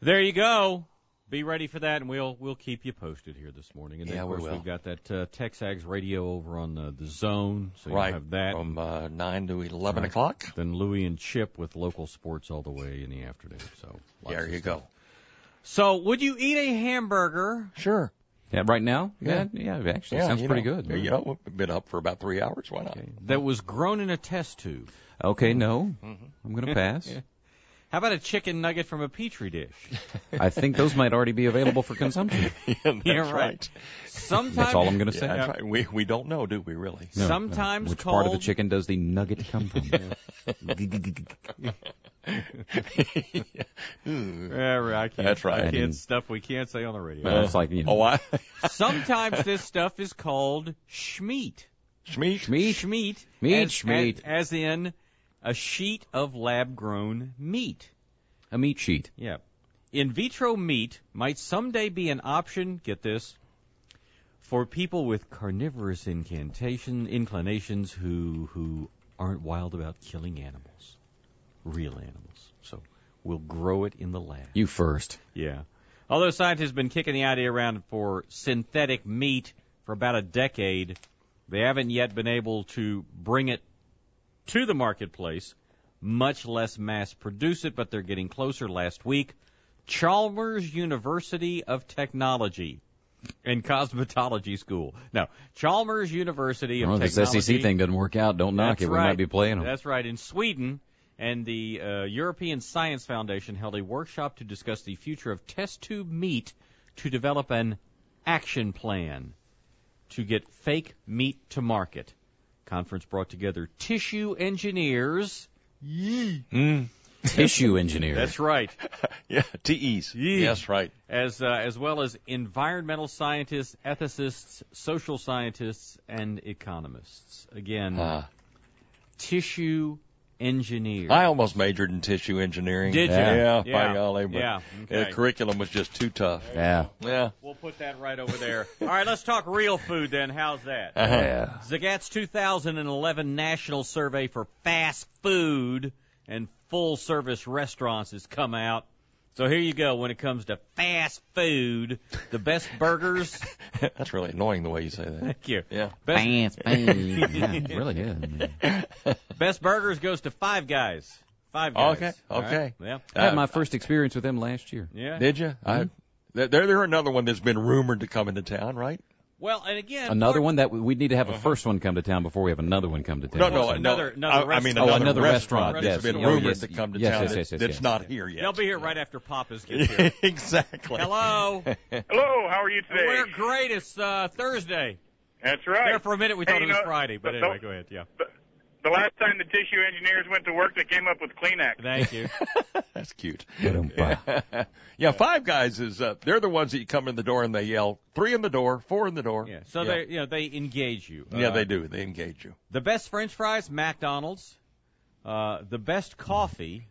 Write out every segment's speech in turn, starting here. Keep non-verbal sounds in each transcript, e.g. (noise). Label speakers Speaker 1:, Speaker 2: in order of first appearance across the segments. Speaker 1: There you go. Be ready for that, and we'll we'll keep you posted here this morning. And then,
Speaker 2: Yeah,
Speaker 1: of
Speaker 2: we
Speaker 1: course,
Speaker 2: will.
Speaker 1: we've got that uh, Texags radio over on uh, the zone, so
Speaker 2: right
Speaker 1: you have that.
Speaker 2: from uh, nine to eleven
Speaker 1: Right.
Speaker 2: o'clock.
Speaker 1: then Louie and Chip with local sports all the way in the afternoon. So lots
Speaker 2: there
Speaker 1: of
Speaker 2: you
Speaker 1: stuff.
Speaker 2: go.
Speaker 1: So would you eat a hamburger?
Speaker 2: Sure.
Speaker 3: Yeah, right now?
Speaker 2: Yeah.
Speaker 3: Yeah, yeah, actually.
Speaker 2: yeah,
Speaker 3: sounds
Speaker 2: you
Speaker 3: pretty
Speaker 2: know,
Speaker 3: good.
Speaker 2: You know, we've been up for about three hours. Why not?
Speaker 1: That was grown in a test tube.
Speaker 3: Okay, no.
Speaker 2: Mm-hmm. (laughs)
Speaker 3: I'm going to pass.
Speaker 1: How about a chicken nugget from a petri dish?
Speaker 2: (laughs)
Speaker 3: I think those might already be available for consumption.
Speaker 2: (laughs) Yeah, that's
Speaker 1: Yeah,
Speaker 2: right.
Speaker 1: right. uh, Sometimes
Speaker 3: That's all I'm going to
Speaker 2: Yeah,
Speaker 3: say.
Speaker 2: that's right. We we don't know, do we really?
Speaker 3: No, no.
Speaker 1: Sometimes
Speaker 3: Which part of the
Speaker 1: called-
Speaker 3: chicken does the nugget come from?
Speaker 1: (laughs)
Speaker 2: (laughs)
Speaker 1: Yeah, right, I can't,
Speaker 2: That's right.
Speaker 1: I
Speaker 3: And-
Speaker 1: can't stuff we can't say on the radio.
Speaker 2: (laughs)
Speaker 3: (laughs) Well, it's like, you know,
Speaker 2: Oh, I
Speaker 1: Sometimes this stuff is called schmeat.
Speaker 2: Shmeet.
Speaker 3: meat.
Speaker 1: Schmeat.
Speaker 3: Meat,
Speaker 1: as,
Speaker 3: schmeat.
Speaker 1: As, as in a sheet of lab-grown meat.
Speaker 3: A meat sheet.
Speaker 1: Yeah. In vitro meat might someday be an option, get this, for people with carnivorous incantation inclinations who who aren't wild about killing animals. Real animals. So we'll grow it in the lab.
Speaker 3: You first.
Speaker 1: Yeah. Although scientists have been kicking the idea around for synthetic meat for about a decade, they haven't yet been able to bring it to the marketplace, much less mass produce it, but they're getting closer last week. Chalmers University of Technology and Cosmetology School. No, Chalmers University of
Speaker 3: Well, if Oh, this
Speaker 1: Technology.
Speaker 3: SEC thing doesn't work out, don't knock
Speaker 1: That's
Speaker 3: it. We
Speaker 1: right.
Speaker 3: might be playing them.
Speaker 1: That's right. In Sweden, and the uh, European Science Foundation held a workshop to discuss the future of test tube meat to develop an action plan to get fake meat to market. Conference brought together tissue engineers. Hmm.
Speaker 2: (laughs)
Speaker 3: Tissue engineer.
Speaker 1: That's right.
Speaker 2: Yeah, TEs.
Speaker 1: Yee.
Speaker 2: Yes, right.
Speaker 1: As uh, as well as environmental scientists, ethicists, social scientists, and economists. Again,
Speaker 2: Uh,
Speaker 1: tissue engineers.
Speaker 2: I almost majored in tissue engineering.
Speaker 1: Did you?
Speaker 2: Yeah,
Speaker 1: Yeah.
Speaker 2: by golly. But
Speaker 1: Yeah,
Speaker 2: The
Speaker 1: okay.
Speaker 2: curriculum was just too tough.
Speaker 3: yeah.
Speaker 2: Yeah.
Speaker 1: We'll put that right over there. All right, let's talk real food then. How's that?
Speaker 2: Uh, uh-huh.
Speaker 3: Yeah.
Speaker 1: Zagat's 2011 national survey for fast food and full service restaurants has come out. So here you go. When it comes to fast food, the best
Speaker 2: (laughs)
Speaker 1: burgers.
Speaker 2: That's really annoying the way you
Speaker 1: (laughs)
Speaker 2: say that.
Speaker 1: thank you.
Speaker 2: Yeah.
Speaker 1: Best,
Speaker 3: yeah, it really is.
Speaker 2: (laughs)
Speaker 3: man.
Speaker 1: (laughs) best burgers goes to Five Guys. Five Guys.
Speaker 2: Okay,
Speaker 1: All right?
Speaker 2: okay.
Speaker 1: Yeah.
Speaker 3: I had
Speaker 2: Uh,
Speaker 3: my first experience with them last year.
Speaker 1: Yeah.
Speaker 2: Did you?
Speaker 3: Hmm?
Speaker 2: I, there, there another one that's been rumored to come into town, right?
Speaker 1: well, and again,
Speaker 3: Another
Speaker 1: part-
Speaker 3: one that we- we'd need to have a first one come to town before we have another one come to town.
Speaker 2: No, Uh-huh. no,
Speaker 3: So-
Speaker 1: another-
Speaker 2: no.
Speaker 1: another
Speaker 2: I, I mean,
Speaker 1: restaurant.
Speaker 2: another,
Speaker 1: Oh,
Speaker 3: another restaurant,
Speaker 2: that's
Speaker 1: yes.
Speaker 2: been
Speaker 1: Oh,
Speaker 2: rumored
Speaker 1: yes,
Speaker 2: to come to
Speaker 3: yes,
Speaker 2: town
Speaker 3: yes,
Speaker 2: that-
Speaker 3: yes, yes,
Speaker 2: that's
Speaker 3: yes.
Speaker 2: not here yet.
Speaker 1: They'll be
Speaker 2: (laughs)
Speaker 1: here right after Papa's gets here.
Speaker 2: exactly.
Speaker 1: Hello.
Speaker 4: Hello, how are you today?
Speaker 1: We're great. It's uh, Thursday.
Speaker 4: That's right.
Speaker 1: There for a minute we thought
Speaker 4: Hey,
Speaker 1: it
Speaker 4: you
Speaker 1: was
Speaker 4: know,
Speaker 1: Friday, but
Speaker 4: the-
Speaker 1: anyway, go ahead. Yeah.
Speaker 4: The, the last time the tissue engineers went to work, they came up with Kleenex.
Speaker 1: Thank you.
Speaker 2: That's cute.
Speaker 3: Ba-dum-ba.
Speaker 2: (laughs) Yeah, Five Guys is uh, they're the ones that you come in the door and they yell three in the door, four in the door.
Speaker 1: Yeah. So they, you know, they engage you.
Speaker 2: yeah,
Speaker 1: Uh,
Speaker 2: they do. They engage you.
Speaker 1: The best French fries, McDonald's. Uh, the best coffee,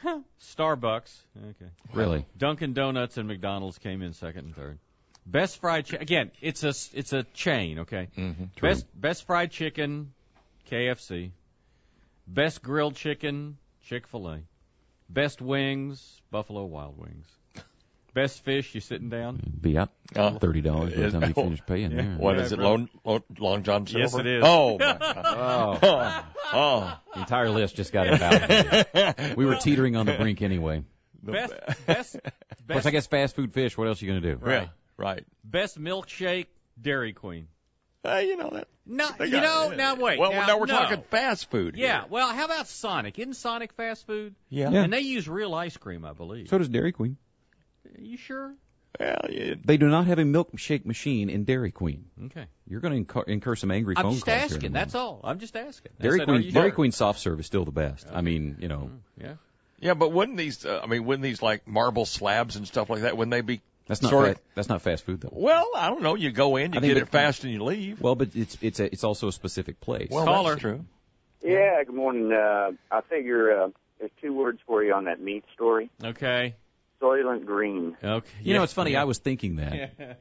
Speaker 1: huh, Starbucks. Okay.
Speaker 3: Really?
Speaker 1: Dunkin' Donuts and McDonald's came in second and third. Best fried chicken. Again, it's a s- it's a chain. Okay. Mm-hmm. Best best fried chicken, KFC. Best grilled chicken, Chick Fil A. Best wings, Buffalo Wild Wings. Best fish, you sitting down?
Speaker 2: (laughs)
Speaker 3: Be up
Speaker 2: Uh,
Speaker 3: thirty dollars by the
Speaker 2: is-
Speaker 3: time you finish paying there.
Speaker 2: What
Speaker 1: Yeah,
Speaker 2: is it,
Speaker 1: bro.
Speaker 2: Lone, Lone, Long John Silver?
Speaker 1: Yes, it is. (laughs)
Speaker 2: Oh, my God.
Speaker 3: Oh,
Speaker 2: oh,
Speaker 3: the entire list just got invalidated. we were teetering on the brink anyway.
Speaker 2: (laughs)
Speaker 1: Best best
Speaker 3: Of course,
Speaker 1: best
Speaker 3: I guess fast food fish. What else are you gonna do?
Speaker 2: yeah, right.
Speaker 1: Best milkshake, Dairy Queen.
Speaker 2: Hey, you know that.
Speaker 1: No,
Speaker 2: they
Speaker 1: you
Speaker 2: got-
Speaker 1: know, now wait.
Speaker 2: Well,
Speaker 1: now,
Speaker 2: now we're
Speaker 1: no.
Speaker 2: talking fast food. here.
Speaker 1: Yeah, well, how about Sonic? Isn't Sonic fast food?
Speaker 2: Yeah.
Speaker 3: Yeah.
Speaker 1: And they use real ice cream, I believe.
Speaker 3: So does Dairy Queen.
Speaker 1: you sure?
Speaker 2: Well, yeah.
Speaker 3: They do not have a milkshake machine in Dairy Queen.
Speaker 1: Okay.
Speaker 3: You're going to incur, incur some angry
Speaker 1: I'm
Speaker 3: phone
Speaker 1: just
Speaker 3: calls. here in a
Speaker 1: asking.
Speaker 3: moment.
Speaker 1: That's all. I'm just asking. I
Speaker 3: Dairy
Speaker 1: said, are
Speaker 3: Queen.
Speaker 1: you
Speaker 3: Dairy
Speaker 1: sure?
Speaker 3: Queen soft serve is still the best. I mean, you know,
Speaker 1: Yeah.
Speaker 2: Yeah, but wouldn't these, uh, I mean, wouldn't these like marble slabs and stuff like that, wouldn't they be
Speaker 3: that's not
Speaker 2: sort
Speaker 3: fa-
Speaker 2: of,
Speaker 3: that's not fast food though.
Speaker 2: well, I don't know, you go in, you
Speaker 3: I think
Speaker 2: get it
Speaker 3: that-
Speaker 2: fast and you leave.
Speaker 3: Well, but it's it's a, it's also a specific place.
Speaker 2: Well,
Speaker 1: Caller.
Speaker 2: that's true.
Speaker 5: Yeah, good morning. Uh, I figure uh, there's two words for you on that meat story:
Speaker 1: Okay.
Speaker 5: Soylent Green.
Speaker 1: Okay.
Speaker 3: you know, it's funny. I was thinking that.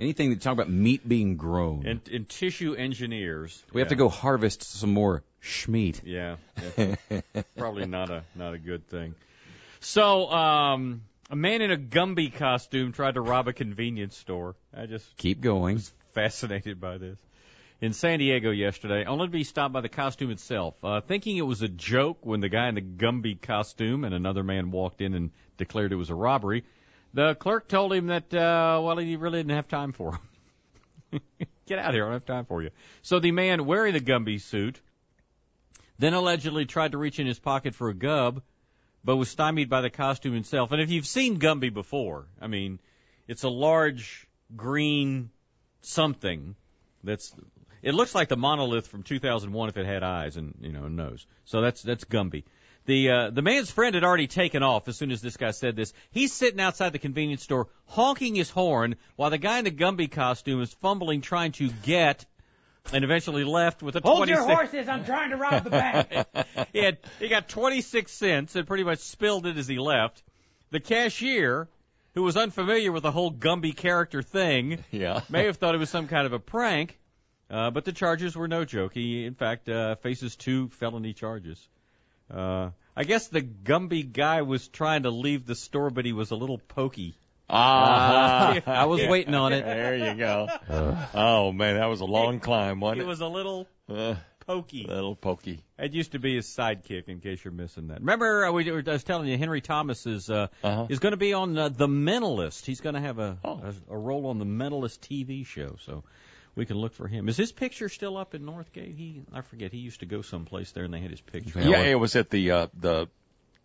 Speaker 3: Anything that talk about meat being grown,
Speaker 1: And, and tissue engineers.
Speaker 3: we have to
Speaker 1: Yeah.
Speaker 3: go harvest some more schmeat. (laughs)
Speaker 1: Yeah, that's probably not a not a good thing. So, um, a man in a Gumby costume tried to rob a convenience store. I just (laughs)
Speaker 3: Keep going.
Speaker 1: fascinated by this. In San Diego yesterday, only to be stopped by the costume itself. Uh, thinking it was a joke when the guy in the Gumby costume and another man walked in and declared it was a robbery, the clerk told him that, uh, well, he really didn't have time for him. (laughs) Get out of here, I don't have time for you. So the man wearing the Gumby suit then allegedly tried to reach in his pocket for a gub, but was stymied by the costume itself. And if you've seen Gumby before, I mean, it's a large green something that's it looks like the monolith from 2001 if it had eyes and you know a nose. So that's that's Gumby. The uh, the man's friend had already taken off as soon as this guy said this. He's sitting outside the convenience store honking his horn while the guy in the Gumby costume is fumbling trying to get and eventually left with a
Speaker 6: Hold
Speaker 1: 26
Speaker 6: your horses. I'm trying to rob the bank.
Speaker 1: (laughs) he had he got 26 cents and pretty much spilled it as he left. The cashier, who was unfamiliar with the whole Gumby character thing,
Speaker 2: Yeah.
Speaker 1: may have thought it was some kind of a prank, uh, but the charges were no joke. He, in fact, uh, faces two felony charges. Uh, I guess the Gumby guy was trying to leave the store, but he was a little pokey.
Speaker 2: (laughs) Ah,
Speaker 3: (laughs) I was waiting on it.
Speaker 2: there you go. (laughs) Oh man, that was a long climb,
Speaker 1: He
Speaker 2: wasn't it?
Speaker 1: was a little
Speaker 2: Uh,
Speaker 1: pokey.
Speaker 2: little pokey.
Speaker 1: It used to be his sidekick, in case you're missing that. Remember, uh, we, I was telling you, Henry Thomas is uh,
Speaker 2: Uh-huh.
Speaker 1: is going to be on uh, The Mentalist. He's going to have a,
Speaker 2: Oh.
Speaker 1: a a role on The Mentalist TV show, so we can look for him. Is his picture still up in Northgate? He I forget. He used to go someplace there, and they had his picture.
Speaker 3: Yeah,
Speaker 2: Yeah,
Speaker 3: what-
Speaker 2: it was at the uh, the.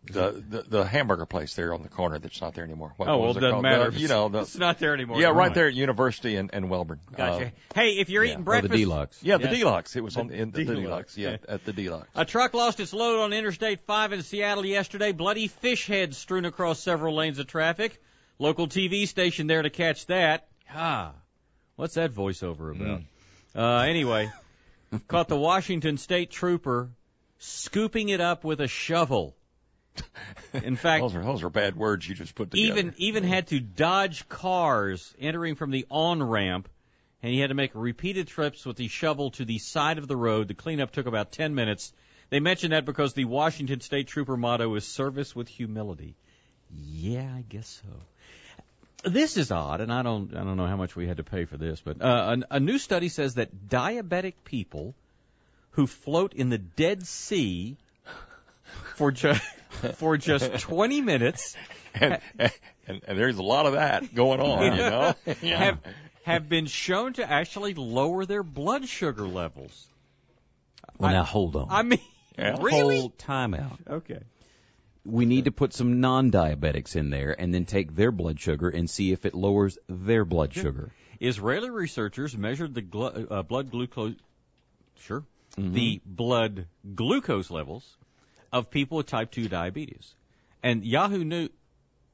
Speaker 2: The, the the hamburger place there on the corner that's not there anymore. What,
Speaker 1: Oh
Speaker 2: what
Speaker 1: well,
Speaker 2: was
Speaker 1: doesn't
Speaker 2: called?
Speaker 1: matter.
Speaker 2: The- you know
Speaker 1: it's
Speaker 2: the
Speaker 1: not there anymore.
Speaker 2: yeah right there at University and and Welburn.
Speaker 1: Gotcha.
Speaker 2: Uh,
Speaker 1: hey, if you're
Speaker 2: yeah.
Speaker 1: eating
Speaker 3: Or the
Speaker 1: breakfast,
Speaker 3: deluxe.
Speaker 2: yeah, the
Speaker 1: Yeah.
Speaker 2: Deluxe. It was on in the
Speaker 1: Deluxe.
Speaker 2: Deluxe. Yeah, at the Deluxe.
Speaker 1: A truck lost its load on Interstate 5 in Seattle yesterday. Bloody fish heads strewn across several lanes of traffic. Local TV station there to catch that. Ah, what's that voiceover
Speaker 2: Hmm.
Speaker 1: about? Uh, anyway, (laughs) caught the Washington State trooper scooping it up with a shovel. In fact,
Speaker 2: Those are those are bad words you just put together.
Speaker 1: even even had to dodge cars entering from the on ramp, and he had to make repeated trips with the shovel to the side of the road. The cleanup took about ten minutes. They mentioned that because the Washington State Trooper motto is "Service with humility." Yeah, I guess so. This is odd, and I don't I don't know how much we had to pay for this, but uh, a, a new study says that diabetic people who float in the Dead Sea for just (laughs) for just 20 minutes
Speaker 2: (laughs) and, and, and there's a lot of that going on, you know.
Speaker 1: have have been shown to actually lower their blood sugar levels.
Speaker 3: Well, now hold on.
Speaker 1: I mean,
Speaker 2: Yeah.
Speaker 1: really?
Speaker 3: Hold time out.
Speaker 1: Okay.
Speaker 3: We need to put some non-diabetics in there and then take their blood sugar and see if it lowers their blood sugar.
Speaker 1: Israeli researchers measured the glu- uh, blood glucose, sure,
Speaker 3: Mm-hmm.
Speaker 1: the blood glucose levels of people with type two diabetes, and Yahoo News,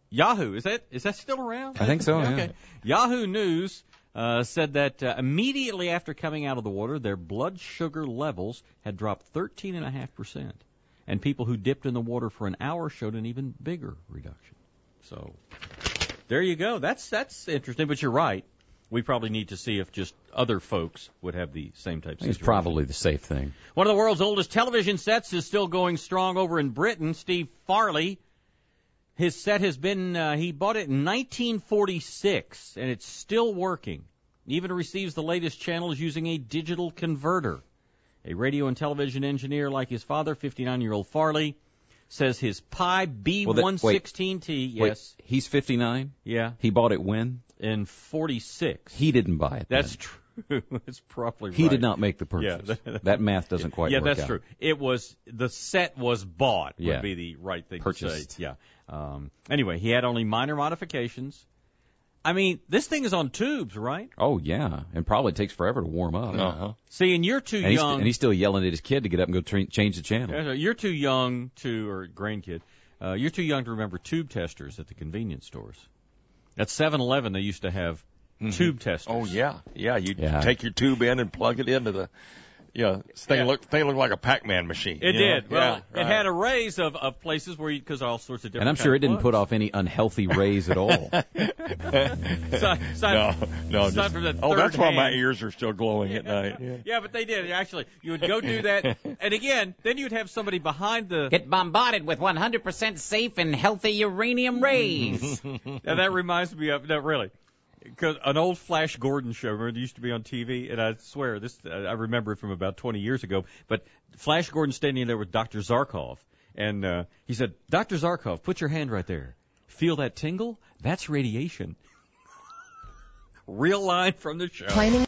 Speaker 1: Yahoo is that is that still around?
Speaker 3: I think so, yeah.
Speaker 1: okay. Yahoo News uh, said that uh, immediately after coming out of the water, their blood sugar levels had dropped thirteen and a half percent, and people who dipped in the water for an hour showed an even bigger reduction. So there you go. That's that's interesting, but you're right. We probably need to see if just other folks would have the same type of
Speaker 3: It's
Speaker 1: situation.
Speaker 3: probably the safe thing.
Speaker 1: One of the world's oldest television sets is still going strong over in Britain. Steve Farley, his set has been, uh, he bought it in 1946, and it's still working. It even receives the latest channels using a digital converter. A radio and television engineer like his father, 59 year old Farley, says his Pi
Speaker 3: Well, that-
Speaker 1: B116T,
Speaker 3: Wait,
Speaker 1: yes,
Speaker 3: he's 59.
Speaker 1: yeah,
Speaker 3: He bought it when?
Speaker 1: in 46.
Speaker 3: He didn't buy it. then.
Speaker 1: That's true. (laughs) That's probably
Speaker 3: He
Speaker 1: right.
Speaker 3: did not make the purchase.
Speaker 1: Yeah, (laughs) that-
Speaker 3: that math doesn't quite
Speaker 1: yeah,
Speaker 3: work
Speaker 1: that's
Speaker 3: out.
Speaker 1: true. It was the set was bought
Speaker 3: Yeah.
Speaker 1: would be the right thing to
Speaker 3: Purchased.
Speaker 1: say. Yeah. Um, anyway, he had only minor modifications. I mean, this thing is on tubes, right?
Speaker 3: Oh, yeah. And probably takes forever to warm up.
Speaker 2: Uh-huh.
Speaker 1: See, and you're too
Speaker 3: And, he's,
Speaker 1: young.
Speaker 3: and he's still yelling at his kid to get up and go tra- change the channel.
Speaker 1: Yeah, You're too young to, or grandkid, uh, you're too young to remember tube testers at the convenience stores. At 7-Eleven, they
Speaker 3: Mm-hmm.
Speaker 1: used to have tube testers.
Speaker 2: Oh yeah, yeah. You
Speaker 3: Yeah.
Speaker 2: take your tube in and plug it into the Yeah, this thing
Speaker 1: Yeah.
Speaker 2: looked thing looked like a Pac-Man machine.
Speaker 1: It
Speaker 2: you know?
Speaker 1: did. Well,
Speaker 2: yeah,
Speaker 1: it
Speaker 2: right.
Speaker 1: had arrays of, of places where you, because all sorts of different.
Speaker 3: And I'm sure it didn't put off any unhealthy rays at
Speaker 1: (laughs)
Speaker 3: all.
Speaker 1: Aside,
Speaker 3: (laughs)
Speaker 2: No, no.
Speaker 1: aside
Speaker 2: Just,
Speaker 1: from that
Speaker 2: oh,
Speaker 1: third
Speaker 2: that's why my
Speaker 1: hand.
Speaker 2: ears are still glowing at night. Yeah.
Speaker 1: Yeah, but they did actually. You would go do
Speaker 2: (laughs)
Speaker 1: that, and again, then you'd have somebody behind the.
Speaker 7: Get bombarded with 100% safe and healthy uranium rays.
Speaker 1: Now, that reminds me of no, really, because an old Flash Gordon show. Remember, it used to be on TV, and I swear this uh, I remember it from about 20 years ago. But Flash Gordon standing there with Doctor Zarkov, and uh, he said, "Doctor Zarkov, put your hand right there. Feel that tingle? That's radiation." (laughs) Real line from the show.
Speaker 8: Planning